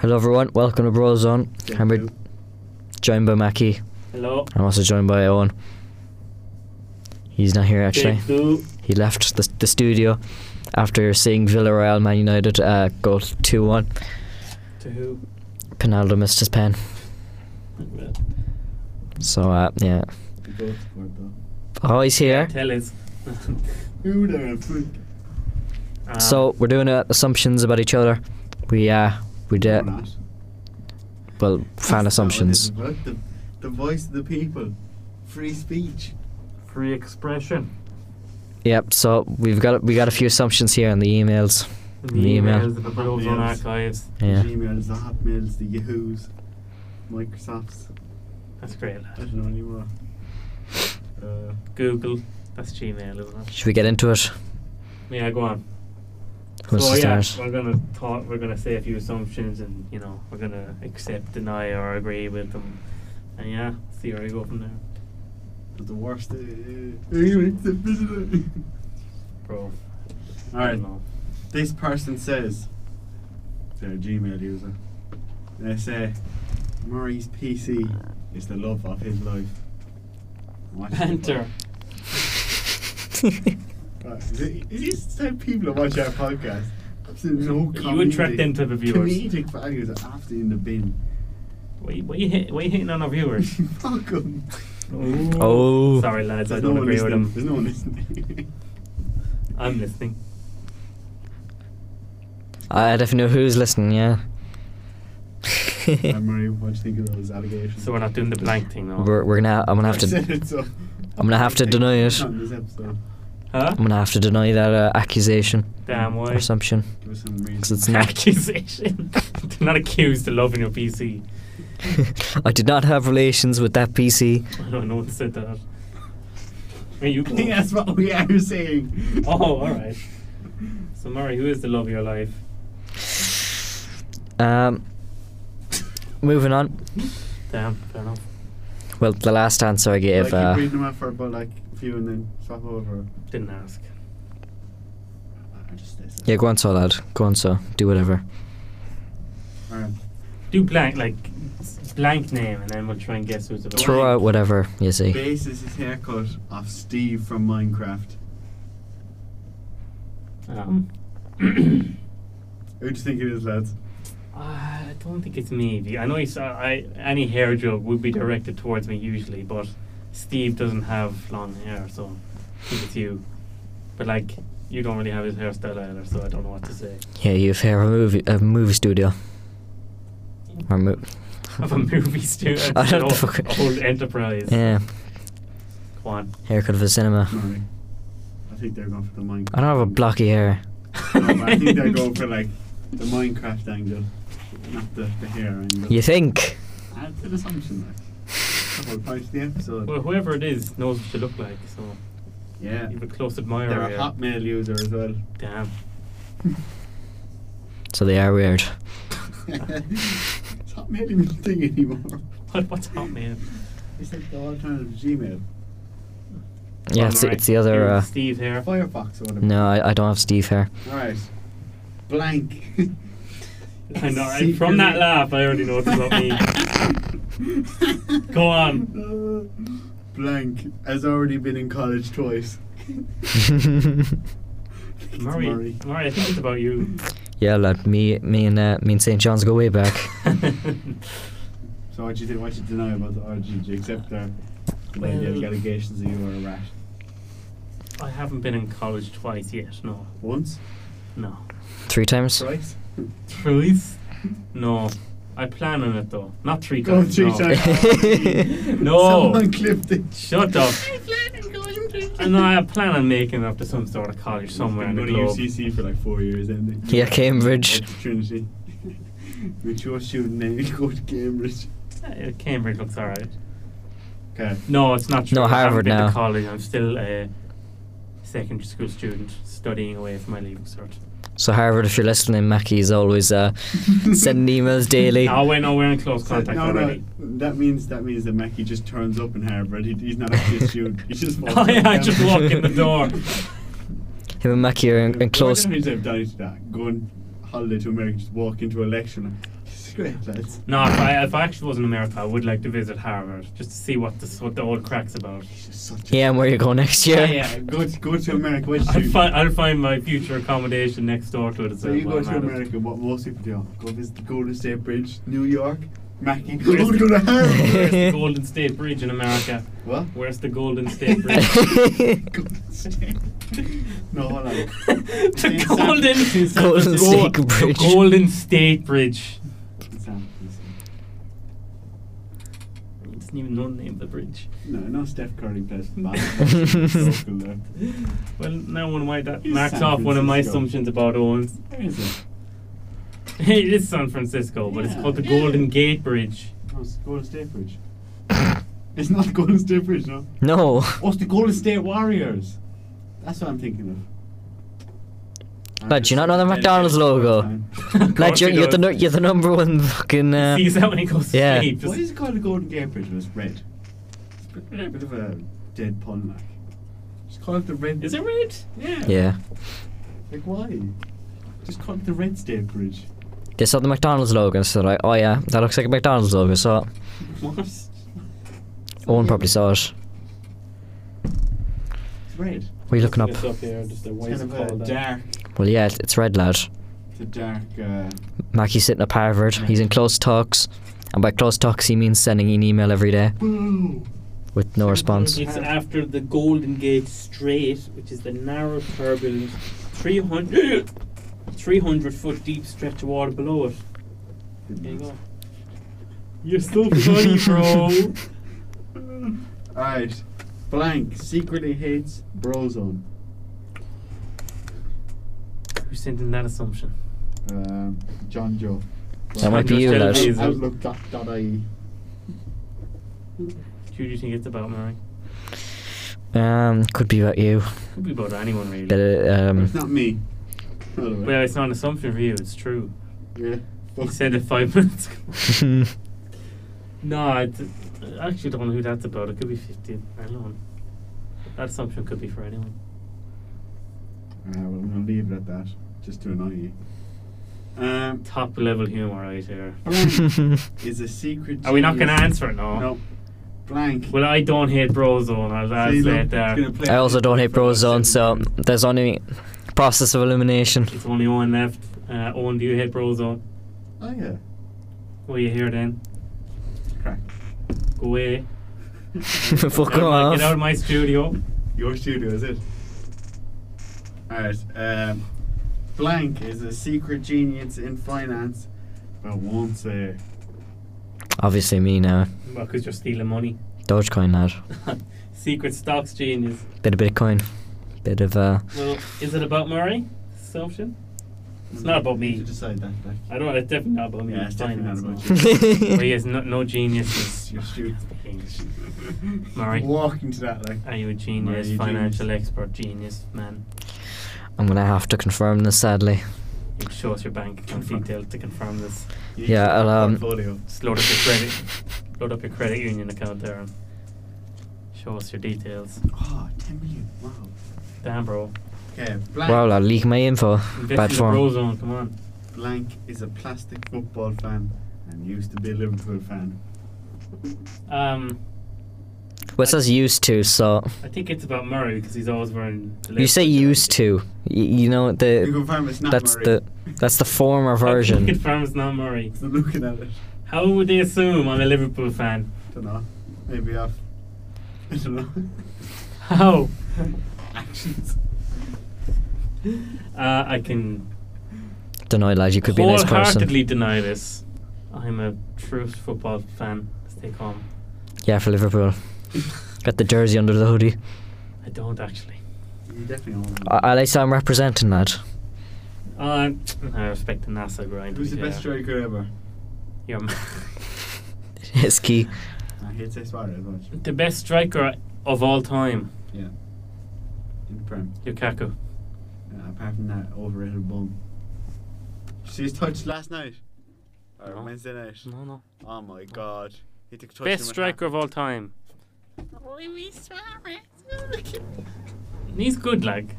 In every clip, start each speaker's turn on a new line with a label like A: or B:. A: Hello everyone, welcome to Bros On. I'm with- joined by Mackie.
B: Hello.
A: I'm also joined by Owen. He's not here actually.
B: Take two.
A: He left the, the studio after seeing Villarreal Man United uh, go 2 1.
B: To who?
A: Pinaldo missed his pen. So, uh, yeah. Oh, he's here.
B: Tell us.
C: Who the frick?
B: Ah.
A: So, we're doing uh, assumptions about each other. We, uh, we did.
C: We're not.
A: Well, fan
C: Oh, That's not what it is
A: assumptions.
C: about. The, the voice of the people. Free speech.
B: free expression.
A: Yep, so we've got we got a few assumptions here in the emails.
B: The
A: The email.
B: emails, the Bros on
C: Yes.
B: archives.
A: Yeah.
C: The Gmails, the Hotmails, the Yahoos, Microsofts.
B: That's great.
C: I don't know anymore. Uh,
B: Google. That's Gmail, isn't it?
A: Should we get into it?
B: Yeah, go on.
A: Who
C: Oh,
A: wants
B: so
A: to
B: yeah,
A: start?
B: we're gonna talk. We're gonna say a few assumptions, and you know, we're gonna accept, deny, or agree with them. And yeah, see where we go from there,
C: but the worst. Uh, anyway, it's a visitor.
B: bro. I
C: Alright,
B: don't know.
C: this person says, they're a Gmail user. They say, Murray's PC is the love of his life. What the fuck?
B: Banter.
C: Right, Is it- is this the type of people that watch our podcast? Absolutely no
B: You would attract
C: comedic-
B: them type of viewers.
C: Comedic values are absolutely in the bin.
B: Why, why you hit, why you hitting on our viewers?
C: Fuck 'em.
B: Ooh.
A: Oh.
B: Sorry, lads. I
C: There's
B: don't
C: no one
B: agree with
C: listening.
B: them.
C: There's no one listening.
B: I'm listening.
A: I definitely know who's listening, yeah.
C: I'm Murray, what do you think of those allegations?
B: So we're not doing the blank thing, though.
A: we're, we're gonna I'm gonna have
C: I've said
A: to
C: it, so-
A: I'm gonna have to deny it.
C: On this episode.
B: huh?
A: I'm gonna have to deny that uh, accusation
B: Damn
A: or
B: why?
A: assumption.
C: Give us some reason.
A: 'Cause it's not-
B: accusation. They're not accused of loving your PC.
A: I did not have relations with that PC.
B: I don't know what said that. Are you?
C: I think that's what we are saying.
B: Oh, all right. So Murray, who is the love of your life?
A: Um, moving on.
B: Damn, fair enough.
A: Well, the last answer I
C: I
A: gave.
C: keep
A: uh,
C: reading them out for about like a few and then swap over.
B: Didn't ask.
C: I just listen.
A: yeah, go on, so lad. Go on, so do whatever.
C: Alright.
B: Do blank like s- blank name, and then we'll try and guess who's the love.
A: Throw out whatever you see.
C: Base is his haircut off Steve from Minecraft.
B: Um,
C: Who do you think it is, lads?
B: Uh, I don't think it's me. The- I know he's. uh, I I- any hair joke would be directed towards me usually, but Steve doesn't have long hair, so I think it's you. But like, you don't really have his hairstyle either, so I don't know what to say.
A: Yeah, you've here a movie a movie studio. Or mo-
B: Of a movie studio.
A: I don't
B: It's an
A: fucking-
B: old, old enterprise.
A: Yeah,
B: Go on.
A: haircut of a cinema.
C: Murray. I think they're going for the Minecraft.
A: I don't have a
C: angle.
A: blocky hair.
C: No, but I think they're going for like the Minecraft angle, not the, the hair angle.
A: You think?
C: That's an assumption, like. That's the whole point of the episode.
B: Well, whoever it is knows what you look like, so
C: yeah.
B: you're a close admirer.
C: They're a
B: here.
C: Hotmail user as well.
B: Damn.
A: So they are weird.
C: it's Hotmail even a thing anymore.
B: What, what's Hotmail?
C: It's like the alternative to Gmail.
A: Yeah, it's, the- it's the other. Uh,
B: Steve here.
C: Firefox or whatever.
A: no, I, I don't have Steve hair.
C: Alright. Blank.
B: I know. I, from that laugh, I already know what about me. Go
C: on. Blank has already been in college twice. It's
B: Murray, Murray, I think it's about you.
A: yeah, lad. Me, me and uh, me and St John's go way back.
C: So what you think? What you deny about the origin? Do you accept that? Well,
B: Well-
C: the allegations that you were a rat.
B: I haven't been in college twice yet. No,
C: Once,
B: no.
A: Three times.
C: twice.
B: Twice? No. I plan on it though. Not three
C: Go
B: times.
C: three
B: no.
C: times.
B: No.
C: Someone clipped it.
B: Shut up. I
C: I
B: know. I plan on making it up to some sort of college somewhere in the
C: Been
B: globe.
C: going to UCC for like four years, isn't it?
A: Yeah, Cambridge.
C: Trinity. With your student name, you go to Cambridge.
B: Uh, Cambridge looks alright.
C: Okay.
B: No, it's not true.
A: No,
B: I haven't
A: Harvard
B: been
A: now.
B: to college. I'm still a secondary school student studying away for my leaving cert.
A: So Harvard, if you're listening, Mackie is always uh, sending emails daily.
B: Oh, we're, no, we're in close
C: So,
B: contact
C: no,
B: already.
C: no, that means that means that Mackie just turns up in Harvard. He, he's not actually a student. He just walks
B: Oh, yeah,
C: up
B: I just
C: Harvard.
B: walk in the door.
A: Him and Mackie are in, in close.
C: Why don't we just have Donny to that? Going holiday to America, just walk into a lecture and like, this is great, lads.
B: No, if I, if I actually was in America, I would like to visit Harvard just to see what this what the old crack's about.
C: This is such a-
A: Yeah, and where you go next year?
B: Yeah, yeah.
C: Go to, go to America. What
B: I'll
C: you
B: find I'll find my future accommodation next door to it. as
C: So
B: well
C: you go
B: when
C: to
B: I'm out of-
C: America, what most people do? Go visit the Golden State Bridge, New York, Mackie.
B: Where's
C: Go
B: the-
C: to go
B: Where's
C: to Harvard.
B: the Golden State Bridge in America?
C: what?
B: Where's the Golden State Bridge?
C: Golden State. No, hold on. It's in
B: the
C: San-
B: Golden
C: it's in San
A: Golden
C: Francisco.
A: State Bridge.
B: The Golden State Bridge.
C: It's San Francisco.
B: He doesn't even know the name of the bridge.
C: No, no Steph Curry plays for basketball. Local there.
B: Well, now one why that
C: It's
B: marks
C: San
B: off one of my
C: Francisco.
B: assumptions about Owens.
C: Where is it?
B: it is San Francisco, but it's
C: Yeah,
B: called the
C: it
B: Golden
C: is.
B: Gate Bridge.
C: No, Oh, it's the Golden State Bridge. it's not the Golden State Bridge, no.
A: no.
C: Oh, it's the Golden State Warriors. That's what I'm thinking of. I'm
A: Lad,
C: just
A: do you not know the
C: dedicated
A: McDonald's
C: to
A: logo?
C: time.
B: Of
A: Lad,
B: course
A: you're,
B: he
A: you're, the,
B: does.
A: nu- you're the number one fucking. Uh,
B: Sees that when he goes to
A: yeah.
B: sleep.
C: Why
B: Just-
C: is it called the Golden Gate Bridge? It's red. It's a bit- a bit of a dead pun, like. Just call it the red.
B: Is it red?
C: Yeah.
A: Yeah.
C: Like why? Just call it the Red State Bridge.
A: They saw the McDonald's logo and said, like, oh yeah, that looks like a McDonald's logo. So
B: What?
A: Owen probably saw it.
C: It's red.
A: What are you looking up?
B: It's here, just the
C: It's kind of a dark.
A: Well, yeah, it- it's red, lad.
C: It's a dark. Uh,
A: Mackie's sitting up Harvard. He's in close talks. And by close talks, he means sending an email every day
C: boo.
A: with no response.
D: It's after the Golden Gate Strait, which is the narrow, turbulent, 300, 300 foot deep stretch of water below it. There you go.
B: You're so funny, bro.
C: Alright. Blank secretly hates Brozone.
B: Who's sending that assumption?
C: Um, John Joe.
A: That might be you,
C: Out-
A: lad.
C: Outlook.ie.
B: Who do you think it's about, Murray?
A: Um, could be about you.
B: Could be about anyone, really.
A: That it,
C: It's not
A: um,
C: me. By the way.
B: Well, it's not an assumption for you, it's true.
C: yeah.
B: You
D: Oh.
C: Fuck.
B: said it five minutes ago. No, I, d- I actually don't know who that's about. It could be 15. I don't know. That assumption could be for anyone.
C: Uh, well, I'm gonna leave it at that, just to annoy you. Um,
B: Top level humor right here.
C: blank is a secret.
B: Are we not going to
C: genius-
B: answer it? No.
C: No. Blank.
B: Well, I don't hate Brozone. I'll, I'll
C: See,
B: say
C: look,
B: it there.
C: it's gonna play
A: I also
C: out
A: don't hate
C: for about
A: Brozone, so
C: seven minutes.
A: there's only process of elimination.
B: It's only Owen left. Uh, Owen, do you hate Brozone?
C: Oh yeah.
B: Well, you here then?
C: Crack.
B: Go away.
A: Fuck
B: Get out of my-
A: off.
B: Get out of my studio.
C: Your studio is it? Alright. Um, blank is a secret genius in finance, but won't say.
A: Obviously, me now.
B: Well, 'cause you're stealing money.
A: Dogecoin, lad.
B: Secret stocks genius.
A: Bit of Bitcoin. Bit of, uh.
B: Well, is it about Murray? Assumption? It's not about me.
C: You decide that. Like,
B: I don't. It's definitely not about me.
C: Yeah, it's definitely not
B: finance,
C: about
B: no.
A: you.
B: well, he has no, no geniuses.
C: it's your studio.
B: Murray.
C: Walking to that like.
B: Are you a
C: Murray,
B: genius?
C: you
B: financial
C: genius.
B: expert, genius man.
A: I'm gonna have to confirm this, sadly.
B: You can show us your bank account
C: Confirm.
B: details to confirm this.
C: You
A: Yeah,
C: need
A: I'll,
C: a
A: um,
C: Portfolio.
B: Just load up your credit. Load up your credit union account there and show us your details.
C: Oh, 10 million. Wow.
B: Damn, bro.
C: Okay, blank.
A: Wow, lad, leak my info.
B: Invest
A: Bad
B: in
A: form.
B: the bro zone. Come on.
C: Blank is a plastic football fan and used to be a Liverpool fan.
B: Um,
A: Well, it says used to, so
B: I think it's about Murray because he's always wearing. the
A: you say
B: Liverpool
A: used
B: jersey.
A: to. You, you know
C: you
A: the
C: confirm it's not
A: that's
C: Murray.
A: the that's the former
B: How can you
A: version.
B: Confirm it's not Murray.
C: So looking at it,
B: How would they assume I'm a Liverpool fan?
C: don't know. Maybe I've. I don't know.
B: How?
C: Actions.
B: Uh, I can
A: Deny, lad. You could be a nice
B: wholeheartedly
A: person.
B: deny this. I'm a true football fan. Stay calm.
A: Yeah, for Liverpool. Got the jersey under the hoodie.
B: I don't actually.
C: You definitely won't.
A: I, I like how I'm representing, lad.
B: Uh, I respect the NASA grind.
C: Who's the
B: yeah.
C: best striker ever?
B: Your man.
A: It's key.
C: I hate to say Suarez, but
B: the best striker of all time,
C: yeah. In the Prem.
B: Lukaku.
C: Uh, apart from that overrated bum. Did you see his touch last night? Or
B: No.
C: Wednesday night?
B: No, no.
C: Oh my god. He took a touch
B: Best striker of all time. He's good, like.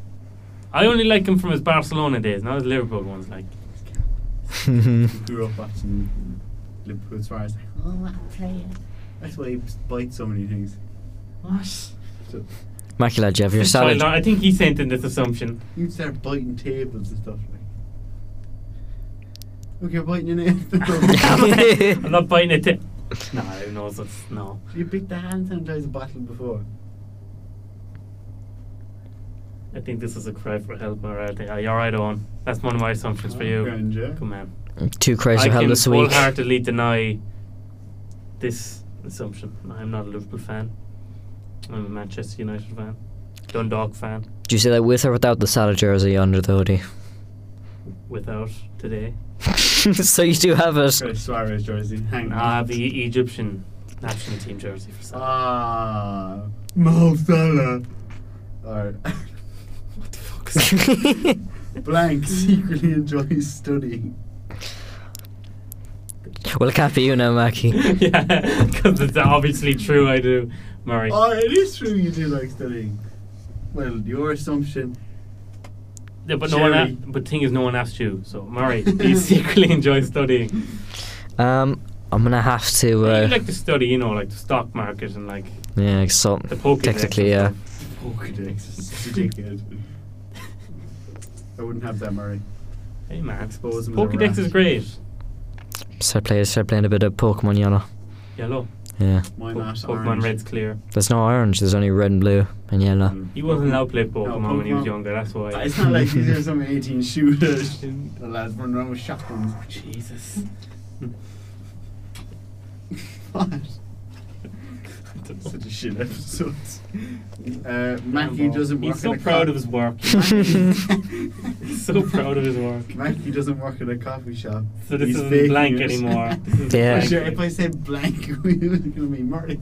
B: I only like him from his Barcelona days, not his Liverpool ones, like.
C: who grew up watching Liverpool Suarez. Like, oh, what a player. That's why he bites so many things.
B: What?
C: So,
A: Macula Jeff, you're solid.
B: Sorry, Lauren, I think he sent in this assumption.
C: you start biting tables and stuff like. Look, you're biting your nails.
B: I'm not biting it. T- no, who knows what's no.
C: you beat the hand sanitizer bottle before.
B: I think this is a cry for help, alright? Are you alright, Owen? That's one of my assumptions for
C: Oh,
B: you.
C: grand, yeah.
B: Come on.
A: Two cries
B: I
A: of hell
B: can
A: this week.
B: wholeheartedly deny this assumption. I'm not a Liverpool fan. I'm a Manchester United fan, Dundalk fan.
A: Do you say that with or without the salad jersey under the hoodie?
B: Without today,
A: so you do have it.
C: Chris Suarez jersey. Hang
B: I have the Egyptian national team jersey for sale.
C: Ah, Mo Salah. Alright.
B: what the fuck? Is that?
C: Blank secretly enjoys studying.
A: well, it can't be you now, Mackie.
B: yeah, because it's obviously true. I do, Murray.
C: Oh, it is true you do like studying. Well, your assumption.
B: Yeah, but no one.
C: Jerry.
B: A- but thing is, no one asked you. So Murray, do you secretly enjoy studying?
A: Um, I'm gonna have to. Uh,
B: you like to study, you know, like the stock market and like
A: yeah, so
B: the Pokédex.
A: technically, yeah.
C: Pokedex is ridiculous. I wouldn't have that, Murray.
B: Hey man,
C: Expose him as a
B: Pokédex
C: rat.
B: is great.
A: Start playing, start playing a bit of Pokemon, you know.
B: Yellow.
A: Yeah,
C: Why
B: Po-
C: not?
B: Pokemon
C: orange?
B: Red's clear.
A: there's no orange. There's only red and blue and yellow.
C: Mm.
B: He wasn't allowed to play Pokemon
C: No,
B: when he was
C: Pokemon-
B: younger, that's why.
C: It's not like these are some 18 shooters. The lads run around with shotguns.
B: Jesus.
C: What? Such a shit episode. Uh, Mackie doesn't work
B: He's so
C: at a
B: proud
C: co-
B: of his work. He's so proud of his work.
C: Mackie doesn't work at a coffee shop.
B: So this
C: He's
B: isn't
C: faking
B: blank
C: it.
B: anymore. This is
A: Yeah.
B: blank.
C: Sure, if I said blank, it was going to be Murray.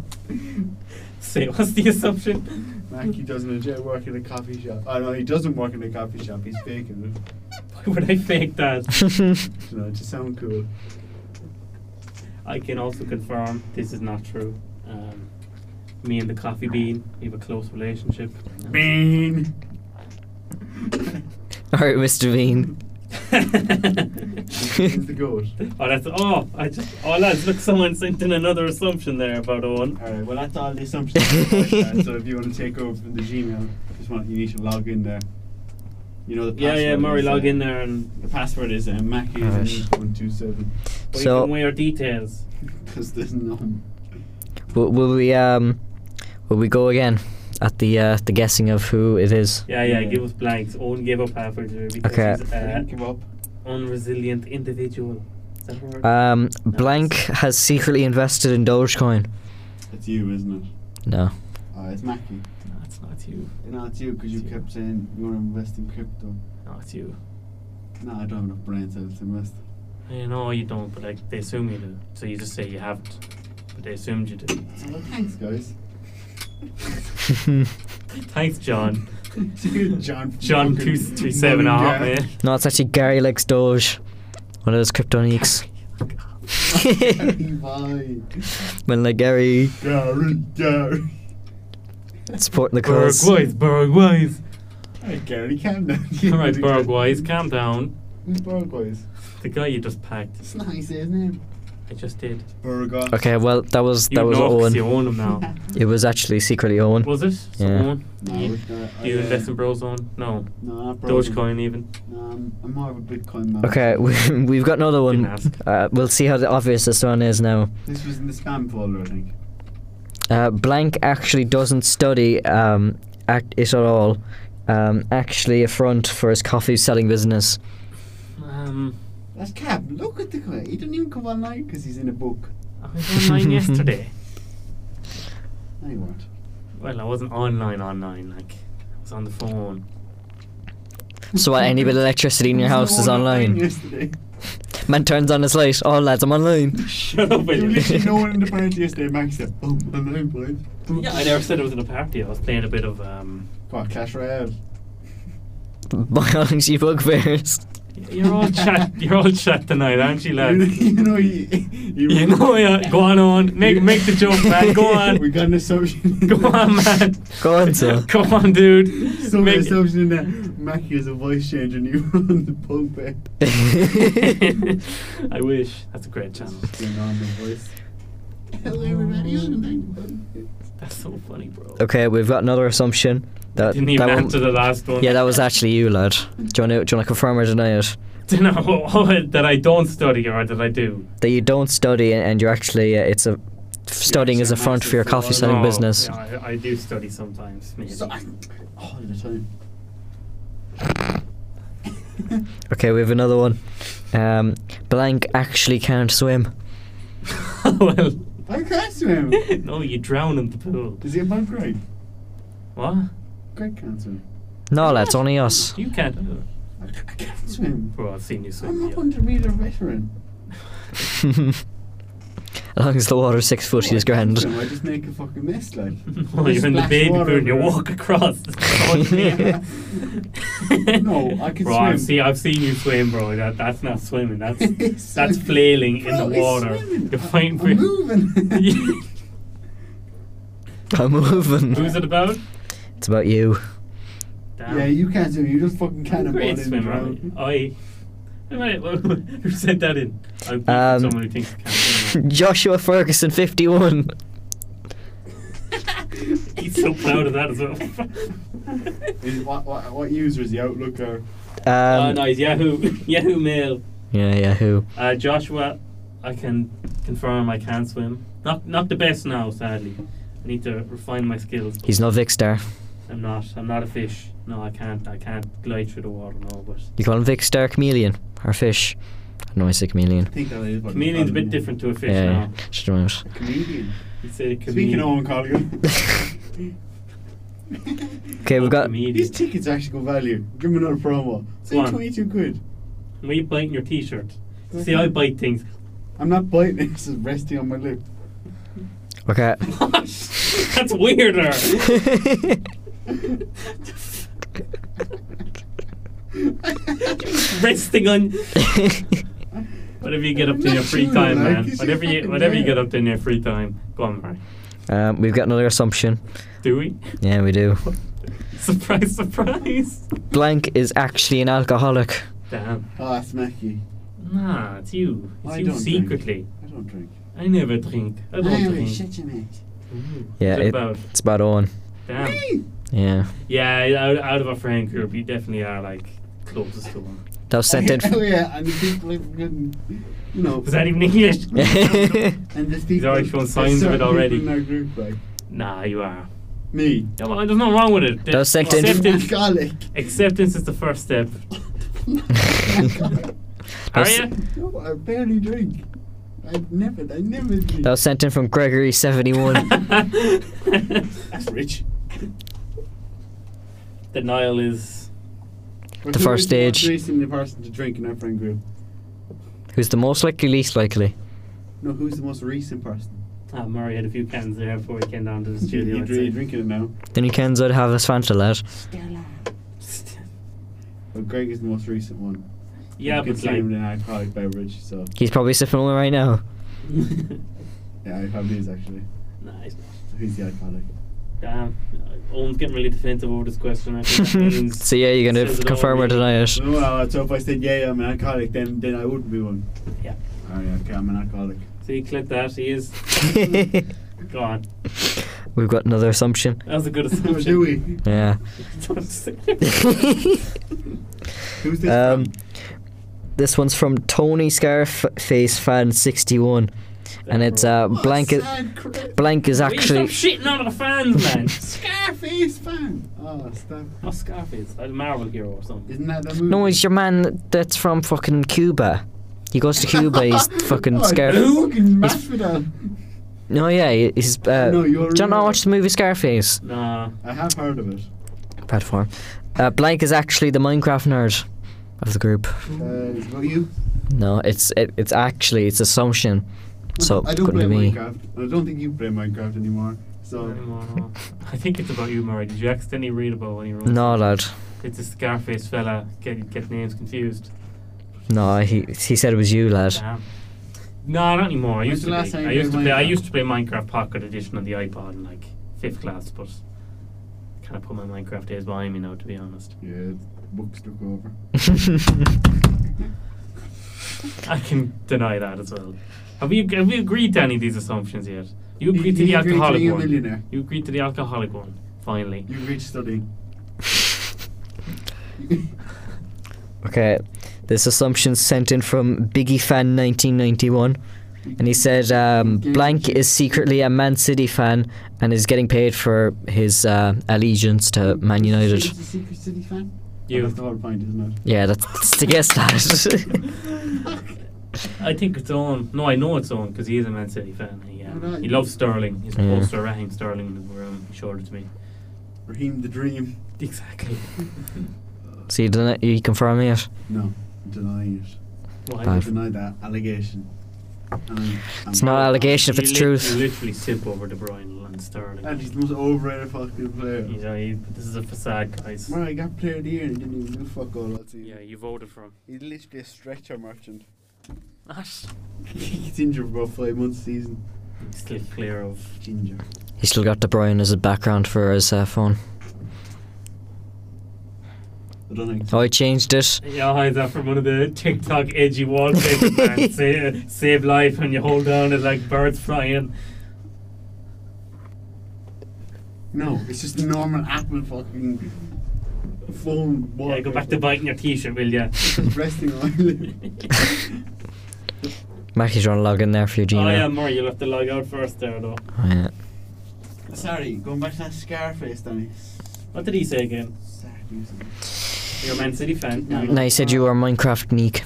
B: Say, what's the assumption?
C: Mackie doesn't enjoy work at a coffee shop. Oh no, he doesn't work in a coffee shop. He's faking it.
B: Why would I fake that?
A: That's
B: Mm.
C: You know, to sound cool.
B: I can also confirm this is not true. Um, me and the coffee bean, we have a close relationship.
C: Bean.
A: All right, Mr. Bean.
C: He's the goat.
B: Oh, that's oh! I just oh, lads, look, someone sent in another assumption there about Owen.
C: Alright, well that's all the assumptions. of the podcast, so if you want to take over from the Gmail, just want you need to log in there. You know the
B: Yeah,
C: password
B: yeah, Murray,
C: is, uh,
B: log in there and
C: The password is uh, Mackie is
A: Alright.
C: one two seven.
B: we
A: So-
B: can wear details.
C: Because there's no.
A: Will, will we um, will we go again at the uh, the guessing of who it is?
B: Yeah, yeah,
C: Yeah.
B: give us blanks. Owen gave up halfway through because
A: Hmm. Okay.
B: he's an
C: give up.
B: unresilient individual. Is that a word?
A: Um,
B: No,
A: blank
B: it's-
A: has secretly invested in Dogecoin.
C: It's you, isn't it?
A: No.
C: Uh, it's Mackie.
B: No, it's not you.
C: No, it's you because you
B: It's you.
C: kept saying you want to invest in crypto.
B: No, it's you.
C: No, I don't have enough brain cells to invest.
B: I know you don't, but like they assume you do. So you just say you haven't, but they assumed you do.
C: Well, Oh, thanks, guys.
B: Thanks, John.
C: Dude, John.
B: John
C: fucking
B: two two seven
C: Mullingar.
B: out, man.
A: no, it's actually Gary likes Doge, one of those cryptoniques.
B: eh?
C: Gary, why?
A: when like Gary
C: Gary, Gary.
A: supporting the cause.
B: Bergwise, Bergwise.
C: Hey, Gary, calm down.
B: All right, Bergwise, calm down.
C: Who's Burgoyes?
B: The guy you just packed.
C: It's not how you say his name.
B: I just did.
C: Burgoyes.
A: Okay, well that was that
B: you
A: was
B: know 'cause
A: Owen.
B: you own him now.
A: It was actually secretly Owen.
B: Was it? So
A: Yeah.
B: Owen?
C: No,
B: you,
C: it's not.
B: do you
C: I, uh,
B: invest in Bros Owen? No.
C: No, not Burgoyes.
B: Dogecoin even.
C: No, I'm, I'm more of a Bitcoin man.
A: Okay, we, we've got another one.
B: Didn't ask.
A: Uh, we'll see how the obvious this one is now.
C: This was in the spam folder, I think.
A: Uh, blank actually doesn't study um, act it at all. Um, actually, a front for his coffee selling business.
B: Um,
C: That's Cap. Look at the guy. He didn't even come online because he's in a book.
B: I was online yesterday.
C: No, you weren't.
B: Well, I wasn't online online. Like, I was on the phone.
A: So what? Any bit of electricity in your
C: He was
A: house is
C: the one online
A: online.
C: Yesterday.
A: Man turns on his light. Oh lads, I'm online.
B: Shut up,
C: There
B: will
C: was literally
B: you?
C: no one in the party yesterday. Max said, "Oh, I'm online, boys."
B: Yeah, I never said it was in a party. I was playing a bit of um.
C: Come on, Clash Royale.
A: Biology book first.
B: You're all chat. You're all chat tonight, aren't you, lad?
C: you know, you, you,
B: You know, yeah. Go on, on. Make make the joke, man. Go on.
C: We got an assumption. in
B: Go
C: there.
B: on, man.
A: Go on, sir.
B: Come on, dude.
C: Some
B: Make-
C: assumption in that Mackie is a voice changer and you run the punk back.
B: I wish. That's a great channel.
C: Hello, everybody. Welcome back.
B: That's so funny, bro.
A: Okay, we've got another assumption. That,
B: Didn't even
A: that one-
B: answer the last one.
A: Yeah, that was actually you, lad. Do you want to, do you want to confirm or deny it?
B: Do you know that I don't study or that I do?
A: That you don't study and, and you're actually, uh, it's a, studying is a
C: actually
A: front for your
C: massive
A: coffee
C: fraud.
A: selling
B: No,
A: business.
B: yeah, I, I do study sometimes, maybe.
C: So, oh, all the time.
A: Okay, we have another one. Um, blank actually can't swim.
B: well,
C: I can't swim.
B: no, you drown in the pool.
C: Is he above Greg?
B: What?
C: Greg can't swim.
A: No, lad, it's E only us.
B: You can't. Uh,
C: I, I can't swim.
B: bro, I've seen you swim.
C: I'm a
B: yeah.
C: 100 meter veteran.
A: as long as the water's six foot,
C: Oh, I
A: he's
C: can't
A: grand.
C: swim, I just make a fucking mess, like.
B: No, you're in the
C: Splash
B: baby
C: water,
B: pool and you
C: bro.
B: walk across.
C: No, I can
B: bro, I've
C: swim.
B: seen, I've seen you swim, bro. That, that's not swimming. That's
C: It's
B: that's
C: like-
B: flailing in
C: Bro,
B: the
C: it's
B: water.
C: swimming.
B: You're
C: I-
B: fine
C: I'm moving.
A: I'm moving.
B: Who's it about?
A: It's about you.
B: Damn.
C: yeah, you can't swim. You just fucking
B: I'm a
C: can't
B: great Oh, swimmer. aren't you? I. Wait, wait, wait, who sent that in? I'm thinking
A: Um,
B: someone who thinks can't swim.
A: Joshua Ferguson, 51.
B: He's so proud of that as well.
C: Is, what, what, what user is the Outlook uh, or?
A: Um,
B: oh, no, he's Yahoo, Yahoo Mail.
A: Yeah, yeah, who?
B: Uh, Joshua, I can confirm I can swim. Not not the best now, sadly. I need to refine my skills.
A: He's not Vic Star.
B: I'm not. I'm not a fish. No, I can't. I can't glide through the water. No, but
A: You call him Vic Star Chameleon or Fish? I don't know, I say chameleon.
C: I think that is. what they
B: chameleon's a
C: call
B: bit
C: it.
B: different to a fish
A: Yeah,
B: now.
A: should have known.
C: Comedian.
B: He'd say chameleon.
C: Speaking of Owen Colligan.
A: Okay, we've got.
B: Chameleon.
C: These tickets actually go value. Give me another promo. Say
B: Go on.
C: 22 quid.
B: Why are you biting your t-shirt? See, I bite things.
C: I'm not biting it, it's just resting on my lip.
A: Okay.
B: That's weirder. Resting on whatever you get up to in your free time, man. Whatever you whatever you get up to in your free time. Go on, Mark.
A: um, we've got another assumption.
B: Do we?
A: Yeah, we do.
B: Surprise, surprise.
A: Blank is actually an alcoholic.
B: Damn.
C: Ah, smacky.
B: Nah, it's you. It's
C: I
B: you
C: don't drink.
B: secretly.
C: I don't drink.
B: I never drink. I don't
C: Hey,
B: drink.
C: shut your mouth.
B: Ooh,
A: Yeah,
B: what's it
A: it-
B: about?
A: It's about Owen.
B: Damn.
C: Me?
A: Yeah.
B: Yeah, out, out of our friend group, you definitely are like closest to one.
A: That was sent in.
C: Oh, yeah, and the people have gotten, you know.
B: Is that even English?
C: And there's people.
B: He's already shown
C: there's
B: signs of it
C: certain people
B: already.
C: In our group, like,
B: nah, you are.
C: me.
B: Come on, there's nothing wrong with it.
A: Those sent in-
B: acceptance,
C: Alcoholic.
B: acceptance is the first step. Are
A: That's-
B: you?
C: No, I barely drink. I never, I never drink.
A: That was sent in from Gregory71.
C: That's rich.
B: Denial is.
A: The first stage.
C: Racing the person to drink in our friend group.
A: Who's the most likely, least likely?
C: No, who's the most recent person?
B: Ah, Murray had a few cans there before he came down to the
C: You're,
B: studio. I'd
C: really
B: say.
C: drinking it now.
A: Then you can sort of have this Fanta, lad.
C: But Greg is the most recent one.
B: Yeah,
C: You
B: but
C: consumed
B: like.
C: an alcoholic beverage, so
A: He's probably sipping one right now.
C: yeah, I probably is actually.
B: nah, it's not.
C: Who's the alcoholic?
B: Damn, Owen's getting really defensive over this question. I think that means
A: so yeah, you're gonna
B: says
A: f-
B: it
A: confirm
B: all,
A: or deny it.
C: No, Oh, well, so if I said yeah, I'm an alcoholic, then then I wouldn't be one.
B: Yeah.
C: Oh yeah, okay, I'm an alcoholic.
B: So you click that. He is gone.
A: We've got another assumption.
B: That was a good
C: Or
B: assumption.
C: do we?
A: Yeah.
C: Who's this?
A: Um,
C: from?
A: This one's from Tony Scarface fan 61, and it's uh,
C: What a
A: blank. Is,
C: sad crap.
A: blank is actually.
B: Stop shitting on the fans, man.
C: Scarface fan. Oh, stop.
B: What's Scarface? A Marvel hero uh, or something.
C: Isn't that the movie?
A: No, it's your man that's from fucking Cuba. He goes to Cuba. He's fucking
C: oh,
A: scared.
C: Who fucking Masvidal?
A: No, yeah, he- he's. Uh,
C: No, you're
A: do you not
C: right.
A: watch the movie Scarface?
B: Nah.
C: I have heard of it.
A: Bad form. Uh, blank is actually the Minecraft nerd of the group.
C: Uh, it's about you.
A: No, it's it, it's actually it's assumption. So
C: I don't
A: couldn't
C: play
A: be me.
C: Minecraft. and I don't think you play Minecraft anymore. So
B: No. I think it's about you, Murray. Did you accidentally read about when you wrote?
A: No, lad.
B: It's a Scarface fella. Get get names confused.
A: No, he he said it was you, lad.
B: Damn. No, not anymore. I
C: When's
B: used
C: the
B: to
C: last
B: play.
C: time
B: I
C: you
B: used to
C: played
B: play. I
C: Minecraft?
B: used to play Minecraft Pocket Edition on the iPod in like fifth class, but kind of put my Minecraft days behind me now, to be honest.
C: Yeah, books took over.
B: I can deny that as well. Have we have we agreed to any of these assumptions yet? You
C: He-
B: agreed to
C: he
B: the
C: agreed to
B: alcoholic
C: being a
B: one.
C: millionaire.
B: You agreed to the alcoholic one. Finally.
C: You reach studying.
A: okay, this assumption sent in from Biggie Fan 1991, and he said um, blank is secretly a Man City fan and is getting paid for his uh, allegiance to Man United.
C: Is he a Secret City fan?
B: You.
C: That's the whole point, isn't it?
A: Yeah, that's, that's the guess, lad.
B: I think it's on. No, I know it's on because he is a Man City fan. He, uh,
C: Oh, no.
B: he loves Sterling. He's a
A: Yeah.
B: poster of Raheem Sterling in his room. He showed it to me.
C: Raheem the Dream.
B: Exactly.
A: so you didn't you confirm it?
C: No, I'm denying it.
B: Why?
A: Bad.
C: I deny that allegation. And I'm- I'm-
A: It's not allegation if
B: You
A: it's
B: lit-
A: truth.
B: You literally sip over De Bruyne and Sterling.
C: And he's the most overrated fucking player.
B: You know, he- but this is a facade, guys.
C: Well, I got player of the year and he didn't even do fuck all that season.
B: Yeah, you voted for him.
C: He's literally a stretcher merchant.
B: Ash.
C: he's injured for about five months season.
B: Still clear of.
C: Ginger.
A: He still got De Bruyne as a background for his uh, phone.
C: I don't think
A: Oh, he changed it.
B: Yeah, hi, is that from one of the TikTok edgy wallpaper bands? save, save life, and you hold down it like birds flying.
C: No, it's just a normal Apple fucking phone wall.
B: Yeah, go back to biting your t-shirt, will ya?
C: Resting island.
A: Mackie's trying to log in there for your Gmail.
B: Oh yeah, Murray, you'll have to log out first there though.
A: Yeah.
C: Sorry, going back to that Scarface, Danny.
B: What did he say again?
C: Start using it.
B: You're a Man City fan.
C: No.
A: No, he said you were a Minecraft neek.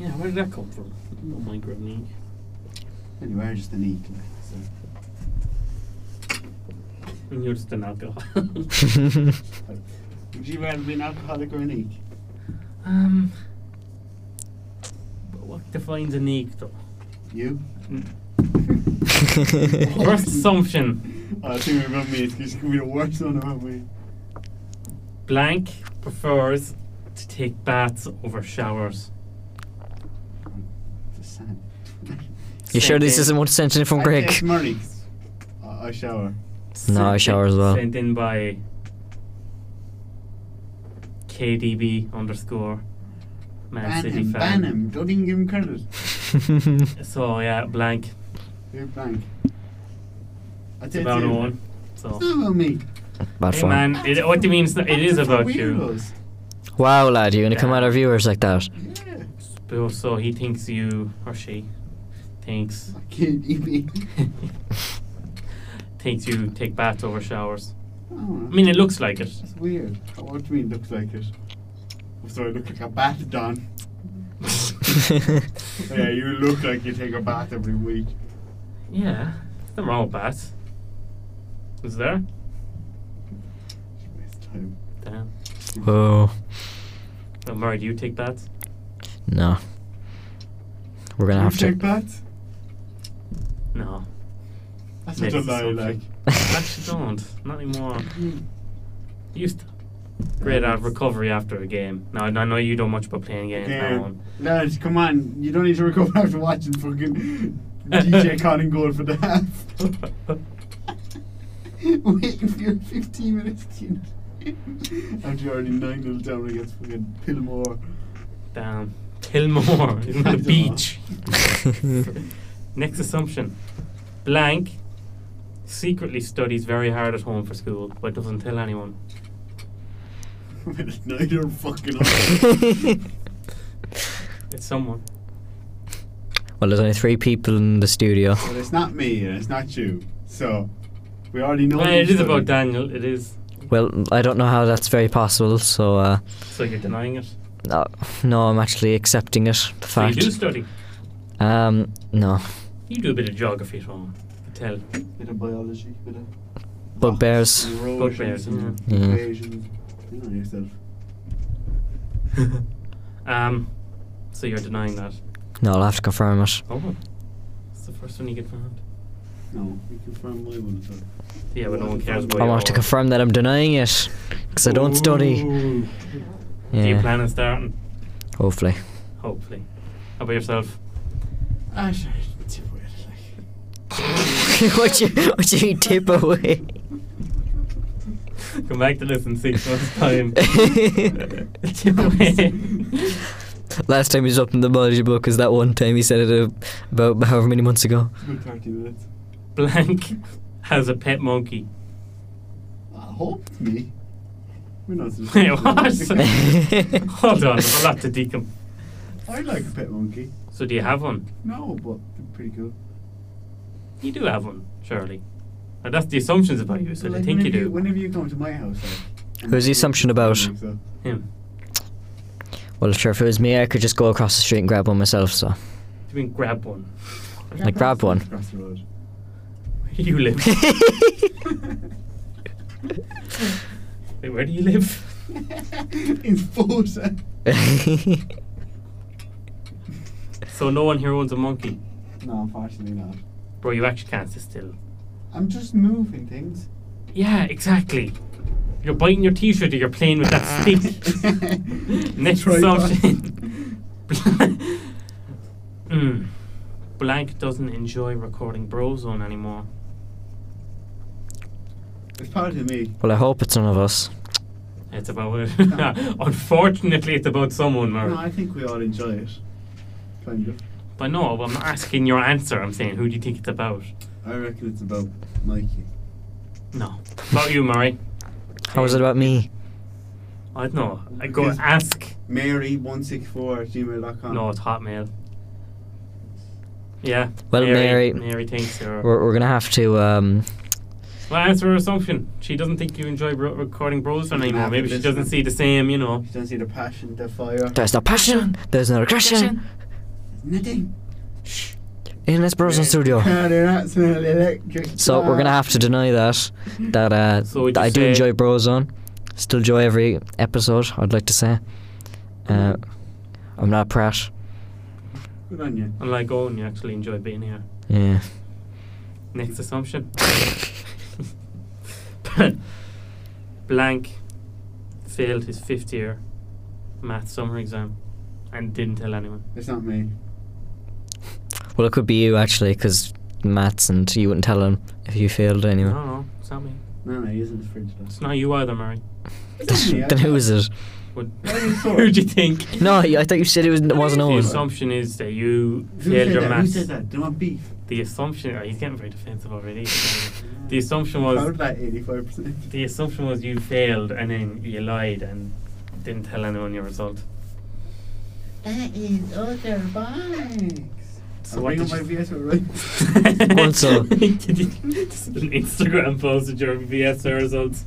B: Yeah, where did that come from? No Minecraft league.
C: And you are just an eek. like, so.
B: And you're just an alcohol.
C: Would you rather be an alcoholic or an eek?
B: um, but what defines a neek though? Hmm.
C: You?
B: First assumption:
C: Oh, I think we're about me. It's going to be the worst one about me.
B: blank prefers to take baths over showers.
C: It's a sad.
A: you sure this
B: Sent in-
A: isn't one sent in from
C: I'd
A: Greg?
C: say it's Murray. I I uh, shower.
B: sent
A: I
B: in-
A: shower as well.
B: Sent in by KDB underscore Man
C: Ban
B: City
C: him,
B: fan.
C: ban him. Don't even give him credit.
B: So yeah, blank.
C: You're blank. I
B: It's about Owen. So.
C: It's not about me.
A: Bad
B: Hey
A: form.
B: man, it, what do you mean? It's not, it is
C: It's
B: about you.
C: weirdos.
A: Wow, lad, you're gonna come at our viewers like that.
C: Yeah.
B: So- So he thinks you or she thinks
C: Fucking EB.
B: thinks you take baths over showers.
C: I
B: I
C: don't know.
B: mean, it looks like it.
C: It's weird. What do you mean looks like it? Oh, sorry, look like a bath, Don. yeah, you look like you take a bath every week.
B: Yeah, nothing wrong with baths. Is there?
C: Waste time.
B: Damn.
A: oh,
B: Well, Murray, do you take baths?
A: no. We're gonna
C: you
A: have
C: take
A: to.
C: baths?
B: No.
C: That's
B: Next
C: what I like.
B: assumption. Actually, don't. Not anymore. Used to. Great out of recovery after a game. Now, I know you don't much about playing games.
C: Damn.
B: Alan.
C: Lads, come on. You don't need to recover after watching fucking DJ Conan goal for the half. Waiting for your 15 minutes, kid. After you're already 9 0 down against fucking Pillmore.
B: Damn. Kilmore. Isn't
C: I
B: that a
C: don't know.
B: beach? Next assumption. Blank secretly studies very hard at home for school, but doesn't tell anyone.
C: Neither fucking us.
B: It's someone.
A: well, there's only three people in the studio.
C: But it's not me and it's not you. So, we already know.
B: Well,
C: you
B: it is
C: studied.
B: about Daniel. It is.
A: Well, I don't know how that's very possible, so uh,
B: So you're denying it.
A: no, no, I'm actually accepting it. The
B: So you
A: fact.
B: do study.
A: um, no.
B: You do a bit of geography at home. I can Tell.
C: Bit of biology, bit of.
A: Bugbears.
C: rocks and erosion
B: Bugbears,
C: and
A: yeah. Mm. Yeah.
C: equations. You know yourself.
B: Um. So you're denying that.
A: No, I'll have to confirm it.
B: Oh. It's the first one you get found.
C: No, you confirm my one as well.
B: Yeah, but no one cares about
A: I want
B: your-
A: to confirm that I'm denying it because I don't study.
B: Ooh. Do you
A: Yeah.
B: plan on starting?
A: Hopefully.
B: hopefully. How about yourself?
C: Ah, sure. Tip away. Like.
A: what you what you mean, tip away?
B: Come back to this in six months' time. Tip away.
A: Last time he was up in the biology book is that one time he said it uh, about however many months ago.
C: Good 30 minutes.
B: Blank has a pet monkey.
C: I hope me. We're not
B: Wait, what? Hold on, I'll have to decom.
C: I like a pet monkey.
B: So do you have one?
C: No, but they're pretty cool.
B: You do have one, surely. Uh, that's the assumptions about you, so I think you
C: whenever
B: do.
C: Whenever you come to my house, like,
A: Who's the assumption about?
C: So.
B: Him.
A: Well, sure, if it was me, I could just go across the street and grab one myself. So,
B: You mean grab one?
A: Like, grab one.
C: Across the road.
B: Where do you live? Wait, where do you live?
C: In Forza.
B: So no one here owns a monkey.
C: No, unfortunately not.
B: Bro, you actually can't sit still.
C: I'm just moving things.
B: Yeah, exactly. You're biting your t-shirt or you're playing with that stick. Next
C: Tripod.
B: assumption. mm. Blank doesn't enjoy recording Brozone anymore.
C: It's part of me.
A: well, I hope it's none of us.
B: It's about it.
C: No.
B: Unfortunately, it's about someone, Murray.
C: No, I think we all enjoy it. Kind of.
B: But no, I'm not asking your answer. I'm saying, who do you think it's about?
C: I reckon it's about Mikey.
B: No, It's about you, Murray.
A: How is it about me?
B: I don't know. I go
C: Because-
B: ask.
C: Mary164 at gmail.com.
B: No, it's Hotmail. Yeah.
A: Well, Mary-
B: Mary thinks you're.
A: We're, we're gonna have to. Um,
B: Well, answer her assumption. She doesn't think you enjoy bro- recording Bros
C: Doesn't
B: anymore.
C: have
B: Maybe she
C: this
B: doesn't
C: one.
B: see the same, you know.
C: You don't see the passion, the fire.
A: there's no passion. There's no regression.
C: Nothing.
A: In this Brozone studio. So we're gonna have to deny that. That uh,
B: So would
A: that
B: you
A: I do
B: say-
A: enjoy Brozone. Still enjoy every episode. I'd like to say. Uh,
B: Mm-hmm.
A: I'm not a prat.
C: Good on you.
B: Unlike Owen, you actually enjoy being here.
A: Yeah.
B: Next assumption. Blank failed his fifth year math summer exam and didn't tell anyone.
C: It's not me.
A: Well, it could be you actually, because Matt's and you wouldn't tell him if you failed anyway.
B: No, no, it's not me.
C: No, no, he isn't the fridge.
B: It's not you either, Murray.
C: Yeah.
A: then who is it?
B: Would,
C: Why are you so-
B: who do you think?
A: No, I thought you said it was it wasn't
B: The
A: Owen.
B: assumption is that you
C: Who
B: failed
C: said
B: your
C: that? Who
B: maths.
C: said that? Do you want beef?
B: The assumption, oh, he's getting very defensive already. the assumption
C: About
B: was,
C: like 85%.
B: the assumption was you failed and then you lied and didn't tell anyone your result.
C: That is other box.
B: So
C: So
B: what
C: bring up
B: did
C: my
B: you-
C: VS right?
A: Also-
B: Did you- this is an Instagram post of your VSR results.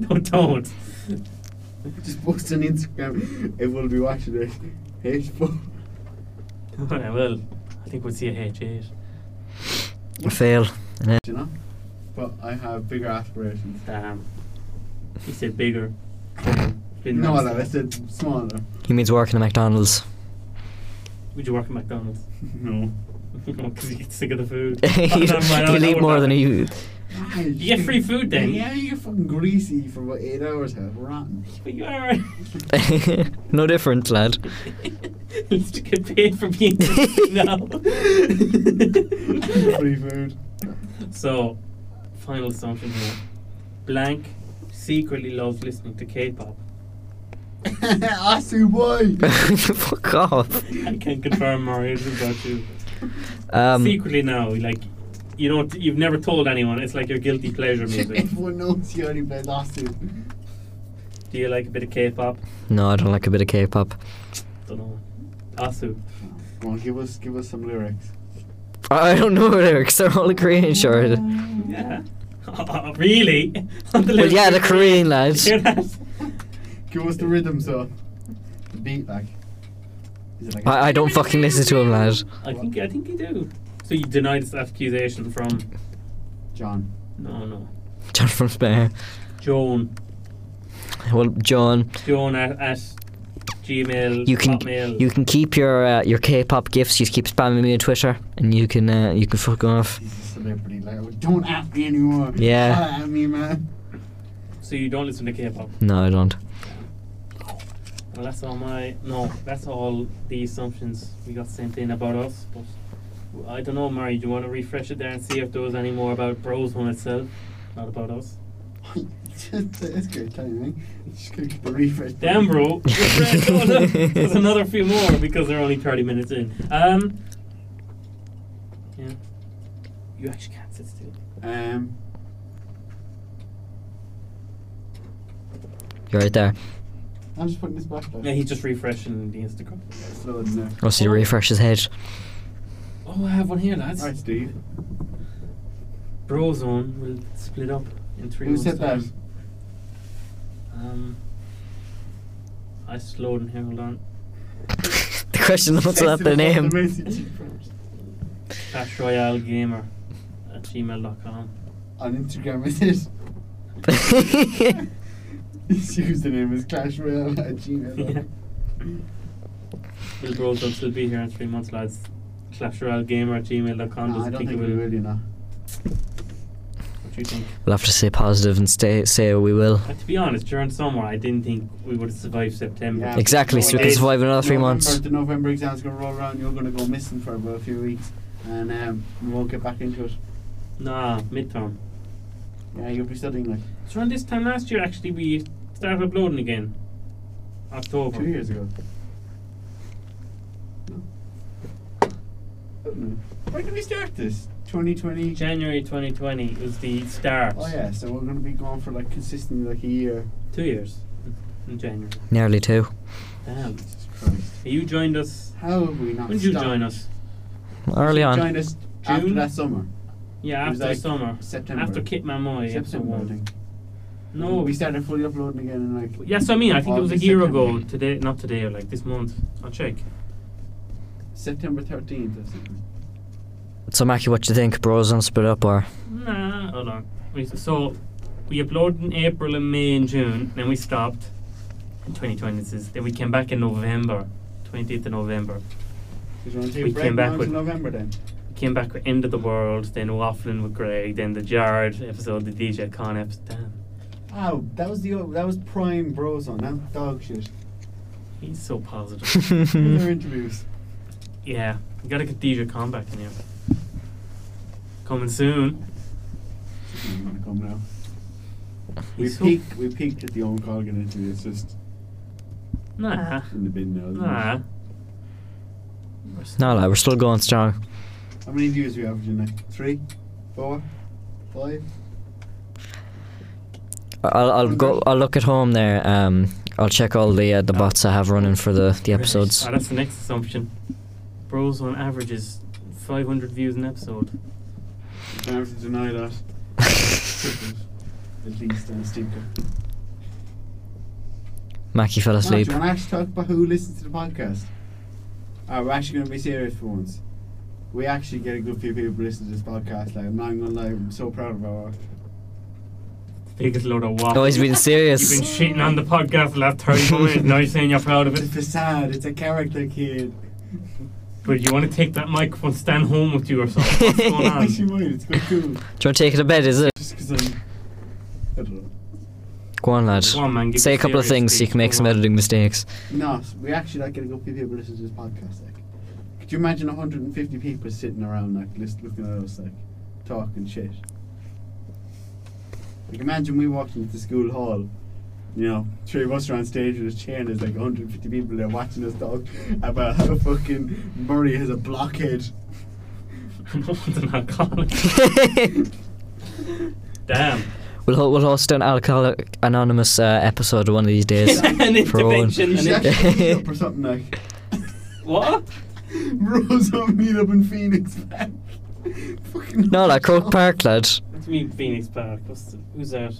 B: no, don't.
C: Just post on Instagram. It will be watching it. H4.
B: I will. I think we'll see a H8.
A: I fail. And then-
C: You know? But I have bigger aspirations.
B: Damn. Um, He said bigger. Been
C: No,
B: nice.
C: no, I said smaller.
A: He means working at McDonald's.
B: Would you work at McDonald's?
C: No.
B: Because you get sick of the food.
A: you
B: Oh, never mind, I
A: you
B: know
A: need
B: what
A: more
B: that-
A: than you.
C: You
B: get free food then.
C: Yeah, you get fucking greasy for about eight hours. Huh? Rotten.
B: But you are.
A: no different, lad.
B: At least you get paid for being no.
C: free food.
B: So, final assumption here. Blank secretly loves listening to K-pop.
C: Asu boy.
A: Fuck off.
B: I can confirm, Uh, Mario, this is about you.
A: Um,
B: secretly now, like you don't, you've never told anyone. It's like your guilty pleasure music.
C: Everyone knows you only plays Asu.
B: Do you like a bit of K-pop?
A: No, I don't like a bit of K-pop.
B: Don't know. Asu.
C: Come on, give us give us some lyrics.
A: I I don't know lyrics. They're all Korean, sure.
B: Yeah. really?
A: Well, yeah, the Korean lads.
B: Hear that?
C: Give us the rhythm, so the beat, like. Is it like a-
A: I, I don't fucking listen to them, lad.
B: I think I think you do. So you denied this accusation from?
C: John.
B: No, no.
A: John from Spare.
B: Joan.
A: Well, John,
B: Joan at, at Gmail.
A: you can
B: Hotmail.
A: you can keep your uh, your K-pop gifts. Just keep spamming me on Twitter, and you can uh, you can fuck off.
C: He's a celebrity. Like, oh, don't at me anymore.
A: Yeah.
C: Holla at me, man.
A: Hmm.
B: So you don't listen to K-pop.
A: No, I don't.
B: Well, that's all my no. That's all the assumptions we got sent in about us. But w- I don't know, Murray. Do you want to refresh it there and see if there was any more about Bros One itself, not about us?
C: That's uh, good telling me. Just gonna get the refresh.
B: Damn, bro. refresh. Oh, look, There's another few more because they're only thirty minutes in. Um. Yeah. You actually can't sit still.
C: Um,
A: You're right there.
C: I'm just putting this back. Down.
B: Yeah, he's just refreshing the Instagram.
C: It's loading now.
A: Oh, so you refresh his head.
B: Oh, I have one here, lads.
C: Alright, Steve.
B: Brozone will split up in three
C: Who
B: months'
C: said that?
B: time. Um, I slowed in here. Hold on.
A: The question was
C: Text
A: about
C: it
A: the
C: off
A: name.
C: message first.
B: Clash Royale Gamer at gmail.com.
C: On Instagram, is it? His username is Clash Royale at
B: Yeah.
C: Gmail.
B: Will Brozone still be here in three months, lads? Clash Royale Gamer at gmail.com.
C: Nah, I don't think we will, you know.
B: What do you think?
A: We'll have to stay positive and stay say we will.
B: Uh, to be honest, during summer, I didn't think we would survive September.
C: Yeah,
A: Exactly,
C: but
A: so we
C: no,
A: can
C: it's
A: survive another three
C: November,
A: months.
C: The November exam's gonna roll around. You're gonna go missing for about a few weeks, and um, we won't get back into it.
B: Nah, midterm.
C: Yeah, you'll be studying like
B: So around this time last year, actually, we started uploading again. October.
C: two years ago. No. I don't know. Where did we start this? 2020.
B: January 2020 was the start.
C: Oh yeah, so we're gonna be going for like consistently like a year.
B: Two years in January.
A: Nearly two.
B: Damn.
C: Jesus Christ.
B: You joined us.
C: How have we not?
B: When did you
C: stopped?
B: join us?
A: Early
C: Join
A: on.
C: us after
B: June?
C: that summer.
B: Yeah,
C: It was
B: after
C: like
B: summer.
C: September.
B: After Kit Mamoy. episode
C: September. I
B: one.
C: think.
B: Oh, No.
C: we started fully uploading again in like.
B: Yes, I mean, I think it was a
C: August,
B: year
C: September.
B: ago. Today, not today, like this month. I'll check.
C: September 13th or something.
A: So, Mackie, what do you think? Bros on split up or?
B: Nah, hold on. We, so, we uploaded in April and May and June, then we stopped in 2020. This is, then we came back in November, 20th of November.
C: Did you want to take a
B: We
C: break
B: came back
C: now
B: with-
C: to November then?
B: Came back with End of the World, then Waffling with Greg, then the Jared episode, the DJ Con episode. Damn,
C: Oh, that was the old- that was prime bros on that dog shit.
B: he's so positive.
C: Their interviews.
B: yeah, we gotta get DJ Con back in here. Coming soon.
C: I'm gonna come now. We
B: He's so-
C: peaked. We peaked at the own Colgan interview. It's just
B: Nah.
C: in the bin now. isn't it?
B: Nah.
A: No, no, we're still going strong.
C: How many views are we averaging now? Three, four, five.
A: I'll, I'll go. I'll look at home there. Um, I'll check all the uh, the bots I have running for the the episodes.
B: Ah, that's the next assumption. Bros on average is 500 views an episode.
C: You Don't have to deny that. at least on Stinker.
A: Mackie fell
C: Mark,
A: asleep.
C: Do you want to actually talk about who listens to the podcast? Uh, we're actually going to be serious for once. We actually get a good few people listening to this podcast. Like, I'm not going to lie, I'm so proud of our.
B: Biggest load of waffle.
A: Oh, he's being serious.
B: You've been shitting on the podcast the last 30 minutes. Now you're saying you're proud of
C: It's a
B: it.
C: facade, it's a character kid.
B: But you want to take that microphone, stand home with you or something. What's going on?
C: Actually, mine, it's quite cool.
A: Do you want to take it to bed? Is it?
C: Just because I'm. I don't know.
A: Go on, lad.
B: Go on, man, give
A: Say
B: me
A: a couple of
B: serious
A: things so you
B: speech.
A: can make
B: Go
A: some
B: on.
A: editing mistakes.
C: No, we actually like getting a good few people listening to this podcast. Like, could you imagine 150 people sitting around, like, list, looking at us, like, talking shit? Like, imagine we walked into the school hall, you know, three of us are on stage with a chair, and there's like 150 people there watching us talk about how fucking Murray has a blockhead.
B: no one's an alcoholic. Damn.
A: We'll, ho- we'll host an alcoholic anonymous uh, episode one of these days.
B: An
A: for Owen.
B: intervention.
C: You
B: And it-
C: should actually meet up or something like.
B: What?
C: Bros on meet up in Phoenix, man. fucking
A: no, like Croke Park, lad.
B: What do you mean Phoenix Park? What's the, who's that?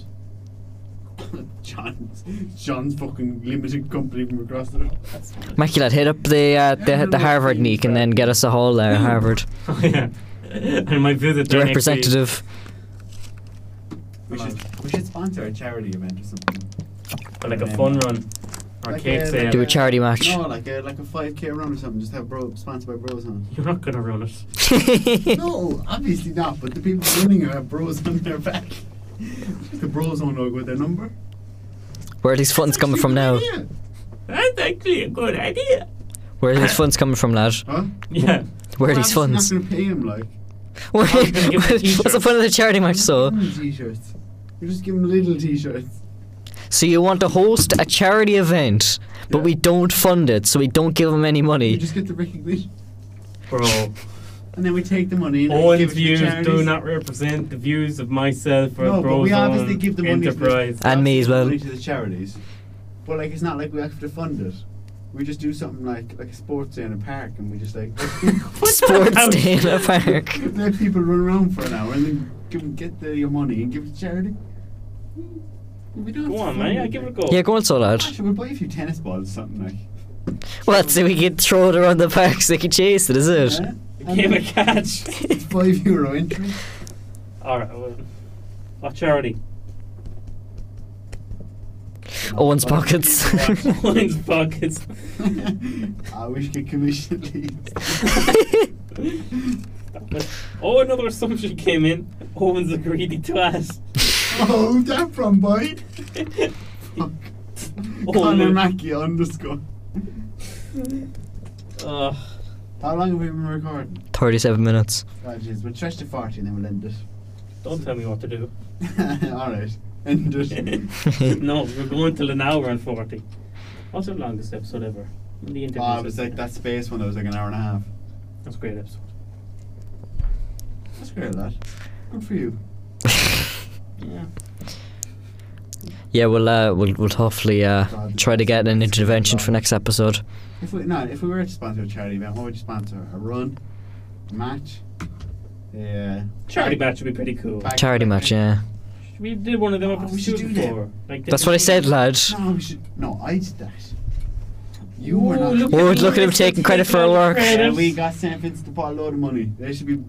C: John's John's fucking limited company from across the road.
B: That's
A: Mackie, lad, hit up the uh, the, the Harvard neek and then get us a hall there at Harvard.
B: Oh, yeah. And my visit
A: The
B: there next week.
A: representative.
C: We should, we should sponsor a charity event or something.
B: Or like a fun run. Or a
C: Like
B: cake
C: a-
B: sale.
A: Do a charity match.
C: No, like a like a five k run or something. Just have bro sponsored by Bros on.
B: You're not going to run it.
C: no, obviously not. But the people running it have Bros on their back. the Bros on logo with their number.
A: Where are these funds coming from now?
C: Actually, good idea.
B: That's actually a good idea.
A: Where are these funds coming from, lad?
C: Huh?
B: Yeah.
A: Where are
C: Well,
A: these
C: I'm
A: funds?
C: just not gonna pay him like.
A: Where,
B: I was gonna give him a
A: what's the
B: t-shirt.
A: point of the charity match, so?
C: Little t-shirts. You just give him little t-shirts.
A: So you want to host a charity event, but
C: Yeah.
A: we don't fund it, so we don't give them any
C: You
A: money.
C: just get the recognition,
B: Bro,
C: and then we take the money and then
B: Owen's
C: give it
B: views
C: to charities.
B: do not represent the views of myself or
C: No, but
B: Bro's
C: we obviously
B: own
C: give the money to the-
B: enterprise.
A: And me as well.
C: Money to the charities, but like it's not like we have to fund it. We just do something like like a sports day in a park, and we just like
A: Sports day in a park.
C: let people run around for an hour, and then give 'em- get the, your money and give it to charity. We don't have
B: Go
C: to
B: on,
C: fund
B: man. Yeah,
C: it,
B: give it a
C: like.
B: go.
A: Yeah, go on, so lad.
C: Ah, Should we buy a few tennis balls or something like?
A: What, so we can throw it around the park so they can chase it, is it?
C: Huh? And
B: Give a
C: then
B: catch.
C: it's Five euro entry.
B: Alright, well, what charity?
A: Owen's pockets.
B: Owen's pockets.
C: I wish could commission leads.
B: Oh, another assumption came in. Owen's a greedy twat.
C: oh, who's that from, boy? Fuck. Connor
B: man.
C: Mackey underscore.
B: Ugh.
C: How long have we been recording?
A: 37 minutes.
C: Oh, jeez, we'll stretch to 40 and then we'll end
B: don't tell me what to do.
C: it. Alright, end it.
B: no, we're going till an hour and 40. What's the longest episode ever? In the interview.
C: oh, it was
B: session.
C: like that space one that was like an hour and a half.
B: That's a great episode.
C: That's great, lad. Good for you.
B: Yeah.
A: Yeah, we'll uh, we'll, we'll hopefully uh,
C: God,
A: try to get an intervention for next episode.
C: If we no, if we were to sponsor a charity event, what would you sponsor? A run, a match, yeah,
B: Charity match would be pretty cool.
C: Back-
A: Charity match, yeah.
B: We did one of them up
C: Oh,
B: at the
C: we should
B: student
C: do that.
B: before. Like
A: That's what I said, lad.
C: No, we should. No, I did that. You were
B: Ooh,
C: not.
B: look
A: Oh,
B: at
A: look at him
B: Owen,
A: taking
B: he's
A: credit for our work.
B: credit.
C: Yeah, we got St. Vincent to pot a load of money. They should be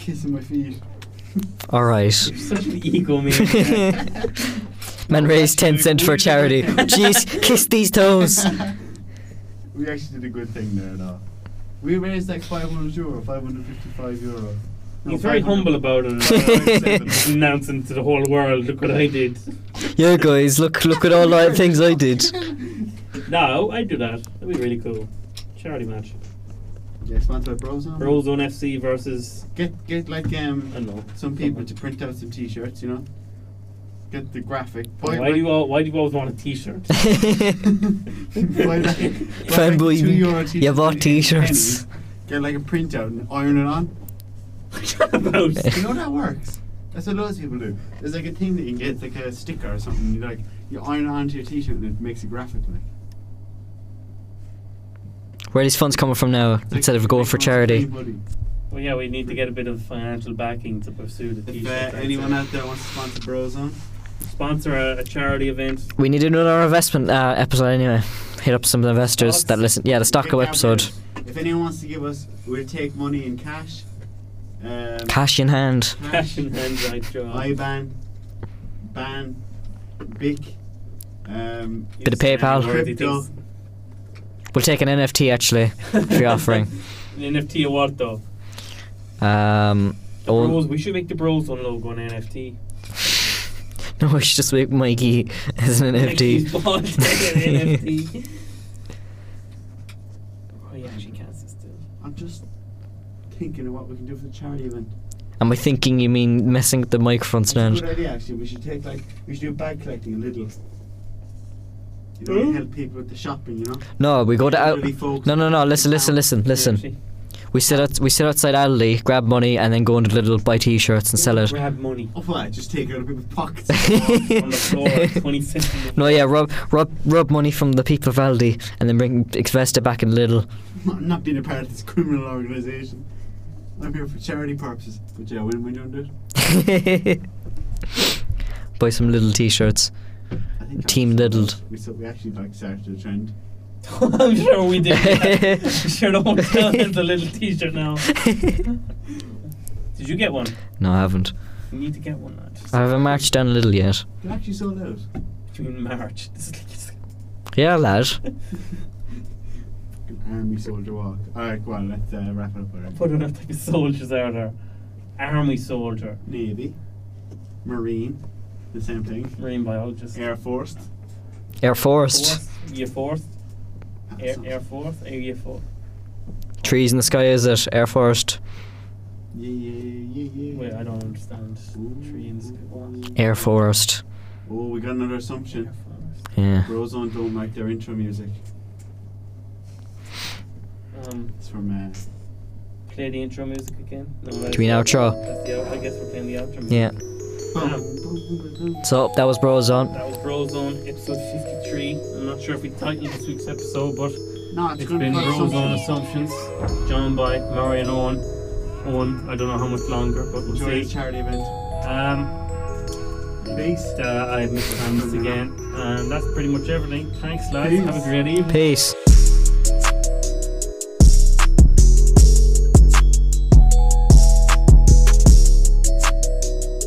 C: kissing my feet.
A: Alright.
B: You're such an ego man.
A: Man raised 10 cent for charity. Jeez, kiss these toes.
C: we actually did a good thing there, though. We raised like 500 euro, 555 euro. No,
B: He's very
C: 500
B: humble about it. He's
C: 557.
B: announcing to the whole world, look what I did.
A: Yeah, guys, look look at all the things I did.
B: No, I'd do that. That'd be really cool. Charity match.
C: yeah, sponsored by Brozone.
B: Brozone FC versus
C: Get, get like
B: I
C: um,
B: don't know.
C: some people to print out some t shirts, you know? Get the graphic. Buy
B: Why
C: like-
B: do you all, why do you always want a T-shirt?
C: Buy like- buy like
A: Fanboy,
C: two euro
A: you
C: t-shirts
A: bought
C: and get
A: t-shirts.
C: pennies, Get like a printout and iron it on.
B: about
C: You know that works. That's what loads of people do. There's like a thing that you can get, it's like a sticker or something. You like you iron it onto your t-shirt and it makes a graphic. Like
A: Where are these funds coming from now
C: It's
A: instead
C: like-
A: of going
C: like
A: for
C: almost
A: charity?
C: anybody.
B: Well, yeah, we need to get a bit of financial backing to pursue the
C: If
B: T-shirt.
C: uh,
B: I'd
C: anyone
B: say.
C: out there wants to sponsor Brozone,
B: sponsor a, a charity event,
A: We need another investment uh, episode anyway. Hit up some investors
B: Stocks?
A: that listen. Yeah, the
C: get
A: Stocko
C: down
A: episode.
C: with it. If anyone wants to give us, we'll take money in cash. Um,
A: Cash in hand.
B: cash in hand, right, Joe?
C: IBAN, BAN, BIC, um,
A: Bit of PayPal.
C: crypto.
A: We'll take an NFT actually if you're offering.
B: An NFT award though.
A: Um,
B: The bros,
A: oh,
B: we should make the Bros on logo an NFT.
A: no, it's just make Mikey as an
B: Mickey's
A: NFT.
B: ball, take an NFT. Oh, yeah, she can't sit still.
C: I'm just thinking of what we can do for the charity event.
A: Am I thinking you mean messing with the microphone
C: It's
A: stand?
C: a good idea, actually. We should take like we should do bag collecting a little. You know,
B: Hmm?
C: help people with the shopping. You know.
A: No, we go to out.
C: Elderly folks.
A: No, no, no. Listen, listen, listen,
B: Yeah,
A: listen.
B: she-
A: We sit out. We sit outside Aldi, grab money, and then go into Lidl, buy T-shirts and sell it.
B: Grab money.
C: Oh, what? Just take it out of people's pockets.
B: on the floor, 20 cents.
A: No, yeah, rub, rub, rub money from the people of Aldi, and then bring invest it back in Lidl.
C: I'm not being a part of this criminal organisation. I'm here for charity purposes. But yeah, when we don't do it,
A: buy some little T-shirts.
C: I think
A: Team
C: I'm-
A: diddled.
C: We so we actually like started a trend.
B: I'm sure we did. Yeah. I'm sure the whole town has a little T-shirt now. Did you get one?
A: No, I haven't.
B: You need to get one. lad. Just
A: I haven't marched down Lidl yet.
C: They're actually sold out.
B: June, March. This is like it's
A: Yeah, lad.
C: An army soldier walk. All right, go on. Let's uh, wrap it up. Already.
B: putting out like a soldier's order. Army soldier.
C: Navy, Marine, the same thing.
B: Marine biologist.
C: Air Force,
A: Air Force.
B: Forced. You're forced. Air, Air Force, Area 4.
A: Trees in the sky, is it? Air Forest.
C: Yeah, yeah, yeah, yeah.
B: Wait, I don't understand. Tree in the sky. What?
A: Air Forest.
C: Oh, we got another assumption.
B: Air Force.
A: Yeah.
C: Brozone don't like their intro music.
B: Um,
C: It's from uh,
B: play the intro music again. No, that's
A: Do we
B: the-
A: now draw?
B: That's the, out- I guess we're playing the outro music.
A: Yeah. So that was Bros on.
B: That was Brozone, episode 53. I'm not sure if we titled this week's episode, but
C: No, it's,
B: it's
C: gonna
B: been
C: be
B: Brozone
C: assumption.
B: Assumptions, joined by Mario and Owen. Owen, I don't know how much longer, but we'll
C: Enjoy the
B: see.
C: charity event.
B: Um,
C: Peace.
B: uh, I missed the comments again. And that's pretty much everything. Thanks, lads.
C: Peace.
B: Have a great evening.
A: Peace.